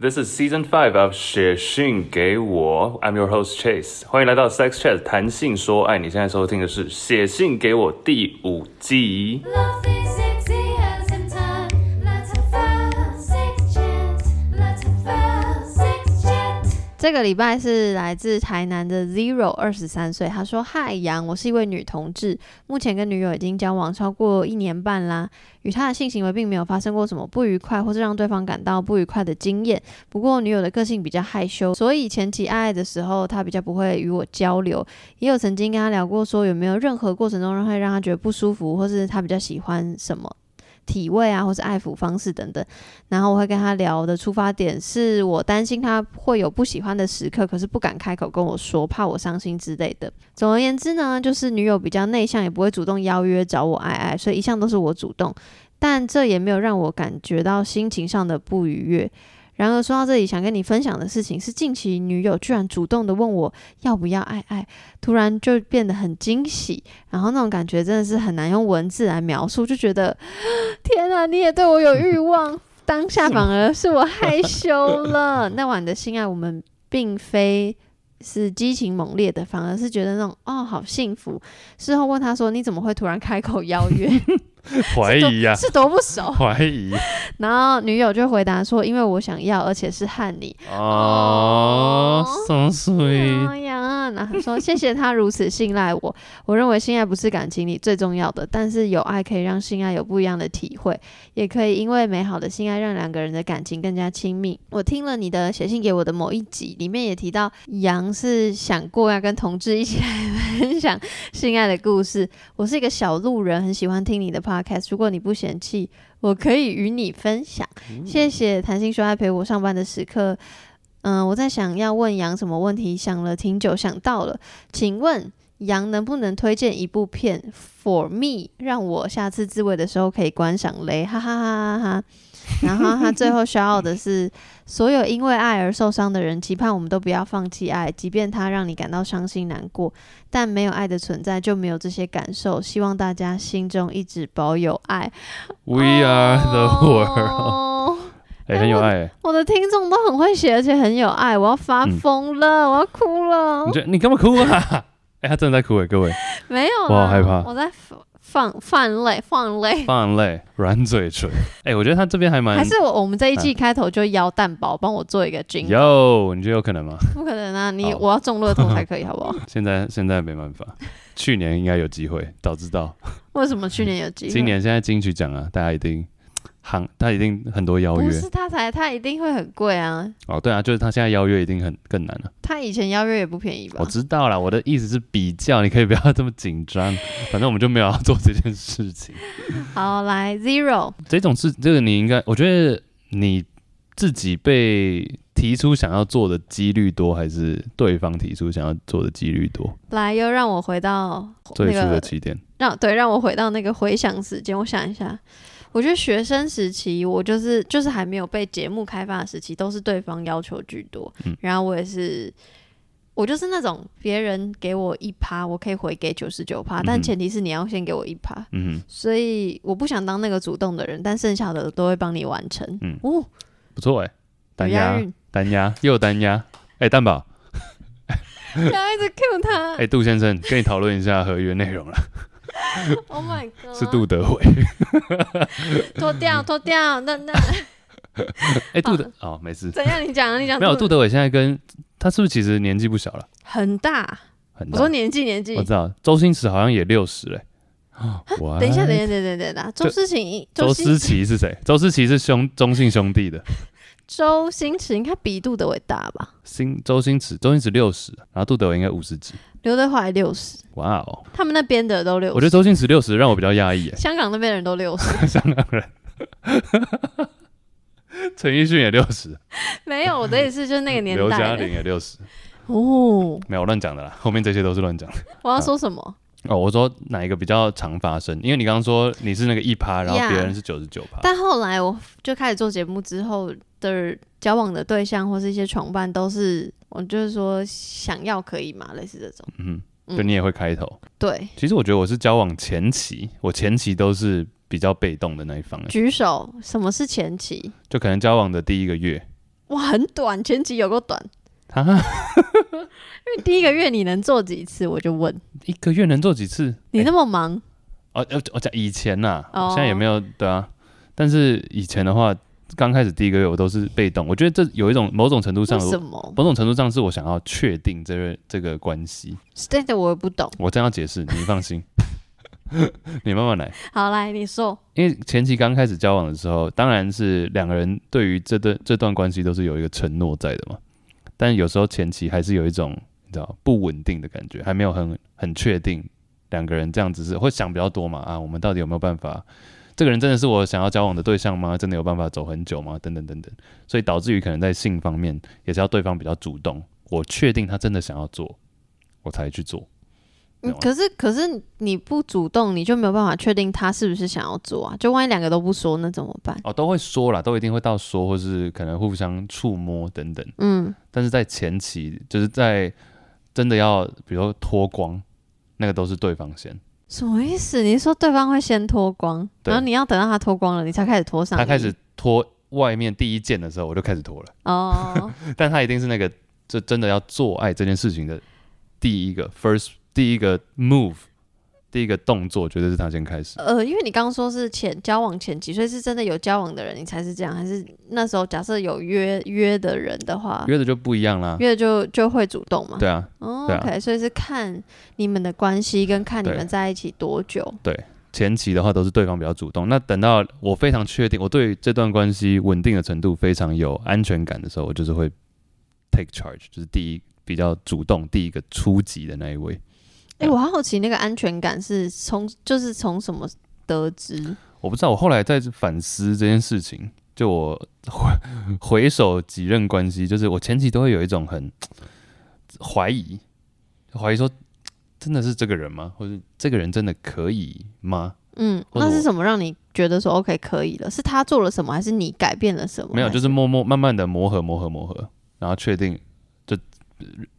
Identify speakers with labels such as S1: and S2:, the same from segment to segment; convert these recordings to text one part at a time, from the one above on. S1: This is Season Five of 写信给我，I'm your host Chase，欢迎来到 Sex Chat 谈性说爱。你现在收听的是《写信给我》第五季。
S2: Love is sexy as in time. Let's have fun, sex chat. Let's have fun, sex chat.
S3: 这个礼拜是来自台南的 Zero，二十三岁，他说：“嗨，杨，我是一位女同志，目前跟女友已经交往超过一年半啦，与她的性行为并没有发生过什么不愉快或是让对方感到不愉快的经验。不过女友的个性比较害羞，所以前期爱爱的时候，她比较不会与我交流。也有曾经跟她聊过，说有没有任何过程中会让她觉得不舒服，或是她比较喜欢什么。”体位啊，或是爱抚方式等等，然后我会跟他聊的出发点是我担心他会有不喜欢的时刻，可是不敢开口跟我说，怕我伤心之类的。总而言之呢，就是女友比较内向，也不会主动邀约找我爱爱，所以一向都是我主动，但这也没有让我感觉到心情上的不愉悦。然而说到这里，想跟你分享的事情是，近期女友居然主动的问我要不要爱爱，突然就变得很惊喜，然后那种感觉真的是很难用文字来描述，就觉得 天啊，你也对我有欲望，当下反而是我害羞了。 那晚的性爱，我们并非是激情猛烈的，反而是觉得那种哦，好幸福。事后问他说：“你怎么会突然开口邀约？
S4: 怀疑哎呀、
S3: 是多不熟
S4: 怀疑？”
S3: 然后女友就回答说：“因为我想要，而且是和你。
S4: 哦，so
S3: 哎
S4: sweet，
S3: 呀，然后说谢谢他如此信赖我。 我认为性爱不是感情里最重要的，但是有爱可以让性爱有不一样的体会，也可以因为美好的性爱让两个人的感情更加亲密。我听了你的写信给我的某一集，里面也提到杨是想过要跟同志一起来分享性爱的故事。我是一个小路人，很喜欢听你的 podcast。如果你不嫌弃，我可以与你分享。谢谢谈心说爱陪我上班的时刻。嗯，我在想要问杨什么问题，想了挺久，想到了，请问杨能不能推荐一部片 for me，让我下次自慰的时候可以观赏嘞？哈哈哈哈哈哈。然后 他最后需要的是，所有因为爱而受伤的人，期盼我们都不要放弃爱，即便它让你感到伤心难过，但没有爱的存在就没有这些感受。希望大家心中一直保有爱。
S4: ，We are the world，
S3: 哦
S4: 哎、很有爱、欸。
S3: 我的听众都很会写，而且很有爱，我要发疯了，我要哭了
S4: 嗯你。觉得你干嘛哭啊？哎、他真的在哭 哎、各位，
S3: 没有啦，
S4: 我好害怕
S3: 我在放放放泪，放泪。
S4: 放泪，软嘴唇。哎、我觉得他这边 还蛮哎
S3: 还是我我们这一季开头就邀蛋宝帮我做一个军，
S4: 有，你觉得有可能吗？
S3: 不可能啊！你
S4: 好
S3: 我要中乐透才可以，好 不好？
S4: 现在现在没办法，去年应该有机会，早知道，
S3: 为什么去年有机会？
S4: 今年现在金曲奖啊，大家一定。行，他一定很多邀
S3: 不
S4: 约
S3: 是他才，他一定会很贵啊！
S4: 哦，对啊，就是他现在邀约一定很更难了、
S3: 他以前邀约也不便宜吧
S4: 我？知道啦，我的意思是比较，你可以不要这么紧张， 反正我们就没有要做这件事情。
S3: 好，来 Zero，
S4: 这种事，这个你应该，我觉得你自己被提出想要做的几率多，还是对方提出想要做的几率多？
S3: 来又让我回到
S4: 最
S3: 那
S4: 初的
S3: 个
S4: 起点，
S3: 让对让我回到那个回想时间，我想一下，我觉得学生时期我就是就是还没有被节目开发的时期，都是对方要求居多，
S4: 嗯
S3: 然后我也是。我就是那种别人给我一趴，我可以回给九十九趴，
S4: 嗯
S3: 但
S4: 哼
S3: 前提是你要先给我一趴，
S4: 嗯
S3: 所以我不想当那个主动的人，但剩下的都会帮你完成。
S4: 嗯
S3: 哦，
S4: 哼，不错哎、
S3: 有
S4: 单
S3: 押
S4: 压
S3: 韵，
S4: 单压又单压，哎、蛋宝，
S3: 不要一直 Q 他。
S4: 哎、杜先生，跟你讨论一下合约内 容了，
S3: oh my god，
S4: 是杜德
S3: 嗯
S4: 伟，
S3: 脱掉脱掉，那那
S4: 哎、杜德，哦，没事，
S3: 怎样？你讲啊你讲，
S4: 没有，杜德伟现在跟他是不是其实年纪不小了？
S3: 很大。
S4: 很
S3: 我
S4: 大
S3: 说，年纪年纪
S4: 我，知道，周星驰好像也六十嘞，哦哇
S3: 啊等一下，等一下，等一下，等一下等一下，周
S4: 就
S3: 思晴，
S4: 周
S3: 星
S4: 思琪是谁？周思琪是兄中信兄弟的。
S3: 周星驰应该比杜德伟大吧？
S4: 新周星驰，周星驰六十，然后杜德伟应该五十几。
S3: 刘德华也六十，
S4: 哇哦，
S3: 他们那边的都六十，，
S4: 我觉得周星驰六十让我比较压抑耶
S3: 香港那边的人都六十，
S4: 香港人。陈奕迅也六十，
S3: 没有，我的意思就是那个年
S4: 嗯刘嘉
S3: 代
S4: 玲
S3: 的
S4: 也六十，
S3: 哦。
S4: 没有我乱讲的啦，后面这些都是乱讲的。
S3: 我要说什么？
S4: 哦，我说哪一个比较常发生？因为你刚刚说你是那个一趴，然后
S3: Yeah
S4: 别人是九十九趴。
S3: 但后来我就开始做节目之后的交往的对象或是一些床伴都是，我就是说想要可以嘛，类似这种。
S4: 嗯哼，
S3: 嗯
S4: 就你也会开头。
S3: 对，
S4: 其实我觉得我是交往前期，我前期都是比较被动的那一方耶，
S3: 举手，什么是前期？
S4: 就可能交往的第一个月，
S3: 哇，很短，前集有够短。
S4: 啊，
S3: 因为第一个月你能做几次，我就问
S4: 一个月能做几次？
S3: 你那么忙，
S4: 哦，要我讲以前呐、
S3: 哦
S4: 现在也没有对啊。但是以前的话，刚开始第一个月我都是被动，我觉得这有一种某种程度上
S3: 为，什么？
S4: 某种程度上是我想要确定这个这个关系。
S3: 这个我也不懂。
S4: 我这样要解释，你放心， 你慢慢来。
S3: 好，来你说，
S4: 因为前期刚开始交往的时候，当然是两个人对于这段这段关系都是有一个承诺在的嘛。但有时候前期还是有一种你知道不稳定的感觉，还没有很很确定两个人这样子是会想比较多嘛啊，我们到底有没有办法？这个人真的是我想要交往的对象吗？真的有办法走很久吗？等等等等，所以导致于可能在性方面也是要对方比较主动，我确定他真的想要做，我才去做。
S3: 嗯
S4: 没有啊
S3: 可是可是你不主动，你就没有办法确定他是不是想要做啊。就万一两个都不说，那怎么办？
S4: 哦，都会说啦，都一定会到说，或是可能互相触摸等等。
S3: 嗯，
S4: 但是在前期，就是在真的要，比如说脱光，那个都是对方先，
S3: 什么意思？你是说对方会先脱光，
S4: 对
S3: 然后你要等到他脱光了，你才开始脱上衣？
S4: 他开始脱外面第一件的时候，我就开始脱了。
S3: 哦，
S4: 但他一定是那个，就真的要做爱这件事情的第一个 first 第一个 move，第一个动作，绝对是他先开始。
S3: 呃，因为你刚刚说是前交往前期，所以是真的有交往的人你才是这样，还是那时候假设有约约的人的话，
S4: 约的就不一样啦，
S3: 约就就会主动嘛？
S4: 对啊，
S3: 哦、
S4: 对
S3: o
S4: 啊
S3: k 所以是看你们的关系跟看你
S4: 对
S3: 们在一起多久。
S4: 前期的话都是对方比较主动。那等到我非常确定，我对这段关系稳定的程度非常有安全感的时候，我就是会 take charge，就是第一比较主动、第一个出击的那一位。
S3: 哎、我好奇那个安全感是从就是从什么得知？
S4: 我不知道，我后来在反思这件事情，就我回回首几任关系，就是我前期都会有一种很怀疑，怀疑说真的是这个人吗？或者这个人真的可以吗？
S3: 嗯，
S4: 或者
S3: 那是
S4: 我
S3: 什么让你觉得说 OK 可以了？是他做了什么，还是你改变了什么？
S4: 没有，
S3: 还
S4: 就是默默慢慢的磨合、磨合、磨合，然后确定就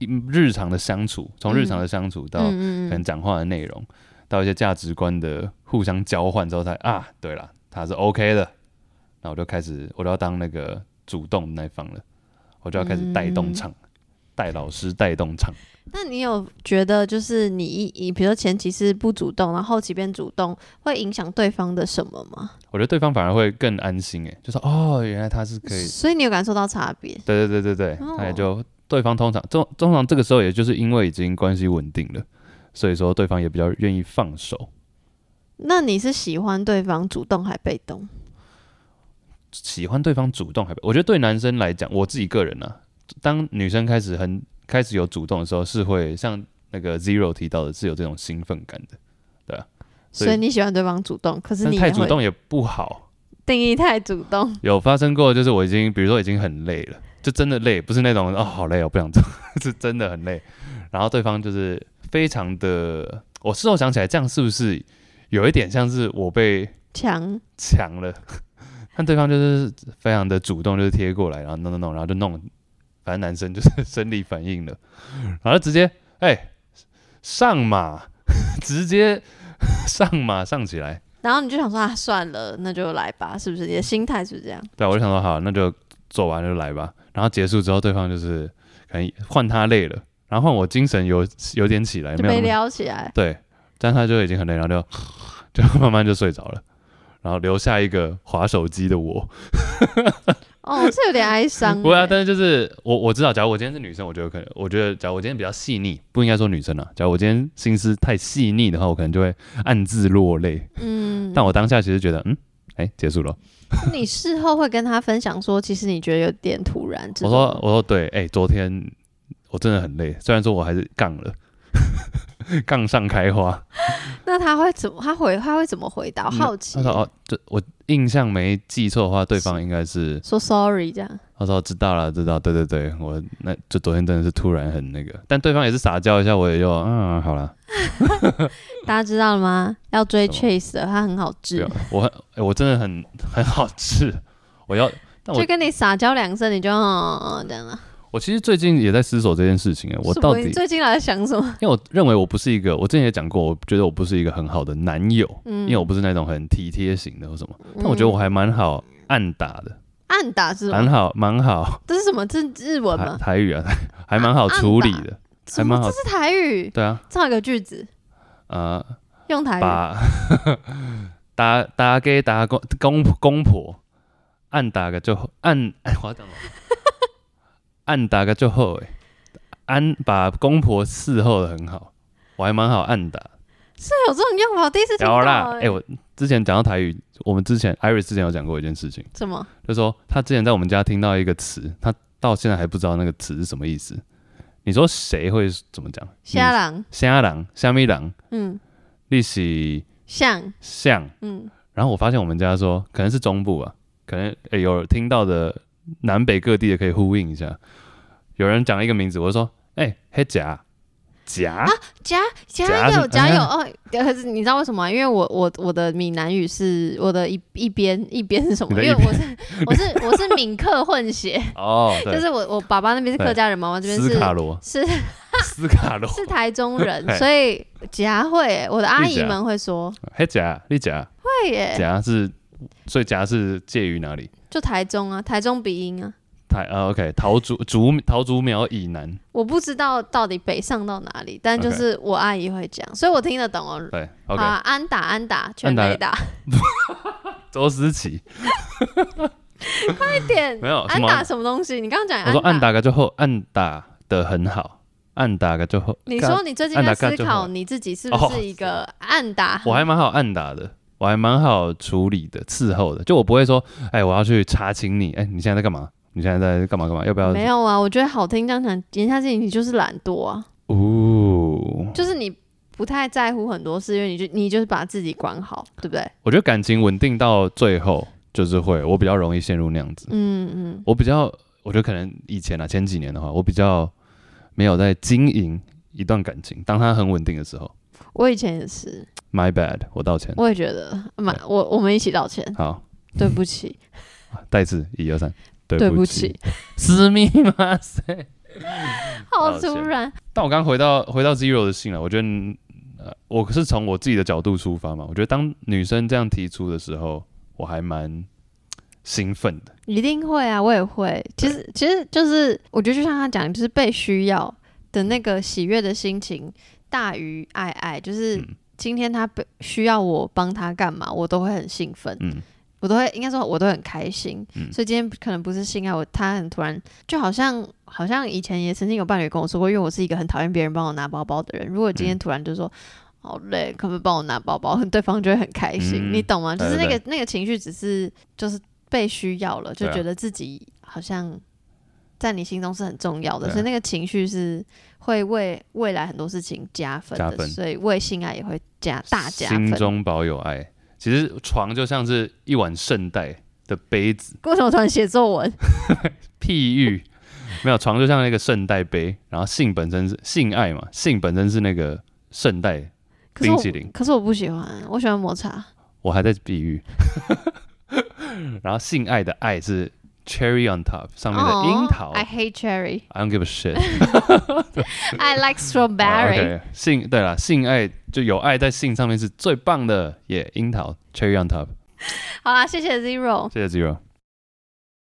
S4: 嗯日常的相处，从日常的相处到哦可
S3: 嗯嗯
S4: 能
S3: 嗯，
S4: 讲话的内容，到一些价值观的互相交换之后才，啊，对了，他是 OK 的，那我就开始，我就要当那个主动那一方了，我就要开始带动唱，带老师带动唱。
S3: 那你有觉得就是你一比如说前期是不主动，然后后期变主动，会影响对方的什么吗？
S4: 我觉得对方反而会更安心，诶，就说哦，原来他是可以
S3: 所以你有感受到差别？
S4: 对对对对对，
S3: 哦
S4: 他也就对方通常通通常这个时候，也就是因为已经关系稳定了，所以说对方也比较愿意放手。
S3: 那你是喜欢对方主动还被动？
S4: 喜欢对方主动还，我觉得对男生来讲，我自己个人啊，当女生开始很开始有主动的时候，是会像那个 Zero 提到的，是有这种兴奋感的，所以
S3: 所以你喜欢对方主动，可是
S4: 但
S3: 你
S4: 太
S3: 也
S4: 主
S3: 会
S4: 动也不好。
S3: 定义太主动，
S4: 有发生过，就是我已经比如说已经很累了，就真的累，不是那种哦好累哦不想做，是真的很累。然后对方就是非常的，我事后想起来，这样是不是有一点像是我被
S3: 强
S4: 强了，但对方就是非常的主动，就是贴过来，然后弄弄弄，然后就弄，反正男生就是生理反应了，然后直接哎、上马，直接上马上起来。
S3: 然后你就想说啊，算了，那就来吧，是不是？你的心态是不是这样？
S4: 对，我就想说好，那就做完就来吧。然后结束之后，对方就是可能换他累了，然后换我精神有有点起来，
S3: 就
S4: 没有
S3: 被
S4: 那么
S3: 撩起来，
S4: 对，但他就已经很累，然后就 就慢慢就睡着了，然后留下一个划手机的我。
S3: 哦，这有点哀伤欸。
S4: 不会啊，但是就是我我知道，假如我今天是女生，我觉得可能，我觉得假如我今天比较细腻，不应该说女生啊，假如我今天心思太细腻的话，我可能就会暗自落泪。
S3: 嗯，
S4: 但我当下其实觉得，嗯，哎、结束了。
S3: 你事后会跟他分享说，其实你觉得有点突然这
S4: 我
S3: 种。
S4: 说我说对，哎、昨天我真的很累，虽然说我还是杠了， 杠上开花。
S3: 那他会怎么？他回他会怎么回答？我好奇
S4: 他。说哦，这我印象没记错的话，对方应该是
S3: 说 sorry 这样，
S4: 他说知道了，知道，对对对，我那就昨天真的是突然很那个，但对方也是撒娇一下，我也就嗯好了。
S3: 大家知道了吗？要追
S4: 什么
S3: Chase 的，他很好
S4: 不
S3: 治
S4: 要，我很、哎我真的很 很好吃。我要，但我
S3: 就跟你撒娇两声，你就哦这样了。
S4: 我其实最近也在思索这件事情哎，我
S3: 什
S4: 到
S3: 么
S4: 底
S3: 你最近来想什么？
S4: 因为我认为我不是一个，我之前也讲过，我觉得我不是一个很好的
S3: 嗯
S4: 男友，因为我不是那种很体贴型的或什么，但我觉得我还蛮好按打的，
S3: 按打嗯是什
S4: 蛮
S3: 么？
S4: 好，蛮好，
S3: 这是什么？这日文
S4: 台
S3: 吗？
S4: 台语啊， 还蛮好处理的，还
S3: 什
S4: 蛮
S3: 么？
S4: 好
S3: 这，是台语，
S4: 对啊，
S3: 造一个句子，
S4: 呃，
S3: 用台语。
S4: 把打打给打公公公婆按打个就好按，哎， 我要讲什么按打个就好哎，按把公婆伺候的很好，我还蛮好按打。
S3: 这有这种用法，我第一次听
S4: 然
S3: 到
S4: 后啦，哎、
S3: 欸。
S4: 我之前讲到台语，我们之前 Iris 之前有讲过一件事情，
S3: 什么？
S4: 就说他之前在我们家听到一个词，他到现在还不知道那个词是什么意思。你说谁会怎么讲？
S3: 虾
S4: 你
S3: 郎？
S4: 虾郎、虾米郎，
S3: 嗯，
S4: 利息
S3: 像，
S4: 像。
S3: 嗯，
S4: 然后我发现我们家说，可能是中部啊，可能、诶有听到的南北各地的可以呼应一下。有人讲一个名字，我就说，哎、黑甲甲，
S3: 夹夹
S4: 夹是
S3: 有夹
S4: 哎
S3: 有
S4: 呀
S3: 哦。可是你知道为什么吗？因为我我我的闽南语是我的一一边一边是什么？
S4: 你的
S3: 因为
S4: 一边
S3: 我是我是我是闽客混血，
S4: 哦，
S3: 啊 就
S4: 对，
S3: 是我我爸爸那边是客家人，妈妈这边
S4: 斯
S3: 是啊
S4: 卡罗，
S3: 是
S4: 斯 卡罗，
S3: 是台中人，
S4: 嘿
S3: 所以夹会，我的阿姨
S4: 夹嗯
S3: 们会说
S4: 黑甲，立甲，
S3: 会耶，
S4: 甲是，所以甲是介于哪里？
S3: 就台中啊，台中鼻音啊，
S4: 台呃，OK，桃竹竹桃竹苗以南，
S3: 我不知道到底北上到哪里，但就
S4: OK
S3: 是我阿姨会讲，所以我听得懂哦。
S4: 对
S3: 好
S4: ，OK，
S3: 啊，安打安打，全
S4: 安打
S3: 垒打，
S4: 周思琪，
S3: 快点，
S4: 没有什
S3: 安
S4: 么
S3: 打什么东西？你刚刚讲
S4: 我说按
S3: 安打，
S4: 打个就后，按打的很好，按打个就后，
S3: 你
S4: 干
S3: 说你最近
S4: 安
S3: 在
S4: 打
S3: 思
S4: 干就好
S3: 考
S4: 了哦
S3: 你自己是不是一个安打？
S4: 我还蛮好按打的，我还蛮好处理的，伺候的，就我不会说，哎，我要去查寝你，哎，你现在在干嘛？你现在在干嘛干嘛？要不要？
S3: 没，有啊，我觉得好听这样讲，言下之意你就是懒惰啊，
S4: 哦，
S3: 就是你不太在乎很多事，因为你就你就是把自己管好，对不对？
S4: 我觉得感情稳定到最后就是会，我比较容易陷入那样子，
S3: 嗯嗯。
S4: 我比较，我觉得可能以前啊，前几年的话，我比较没有在经营一段感情，当它很稳定的时候
S3: 我以前也是，
S4: ，my bad，我道歉，
S3: 我也觉得蛮我我们一起道歉，
S4: 好，
S3: 对不起，
S4: 再次一二三，
S3: 对
S4: 对
S3: 不
S4: 起
S3: 起，，
S4: 私密吗？塞。
S3: 好
S4: 道
S3: 突
S4: 歉
S3: 然，
S4: 但我刚回到回到 Zero 的信了，我觉得，呃，我是从我自己的角度出发嘛，我觉得当女生这样提出的时候，我还蛮兴奋的。
S3: 一定会啊，我也会。其实其实就是，我觉得就像他讲，就是被需要的那个喜悦的心情大于爱爱，就是
S4: 嗯
S3: 今天他被需要我帮他干嘛，我都会很兴奋。
S4: 嗯，
S3: 我都会应该说，我都很开心。
S4: 嗯
S3: 所以今天可能不是性爱，我他很突然，就好像好像以前也曾经有伴侣跟我说过，因为我是一个很讨厌别人帮我拿包包的人。如果今
S4: 嗯
S3: 天突然就说。好累，可不可以帮我拿包包？ 对方就会很开心，
S4: 嗯
S3: 你懂吗？就
S4: 对
S3: 是那个
S4: 对
S3: 那个情绪，只是就是被需要了，就
S4: 对啊
S3: 觉得自己好像在你心中是很重要的，
S4: 对啊
S3: 所以那个情绪是会为未来很多事情加分的，
S4: 加分
S3: 所以为性爱也会加大加分
S4: 心。中保有爱。其实床就像是一碗圣代的杯子，
S3: 为什么突然写作文？
S4: 譬喻没有床就像那个圣代杯，然后性本身是性爱嘛，性本身是那个圣代
S3: 可是
S4: 冰
S3: 我
S4: 淇淋，
S3: 可是我不喜欢，我喜欢抹茶。
S4: 我还在比喻。 然后性爱的爱是 cherry on top 上面的樱桃。
S3: 哦 I hate cherry.
S4: I don't give a shit。
S3: I like strawberry.
S4: 哦 OK，性对了，性爱就有爱在性上面是最棒的，耶、樱桃 cherry on top，
S3: 好啦，谢谢 Zero。
S4: 谢谢 Zero。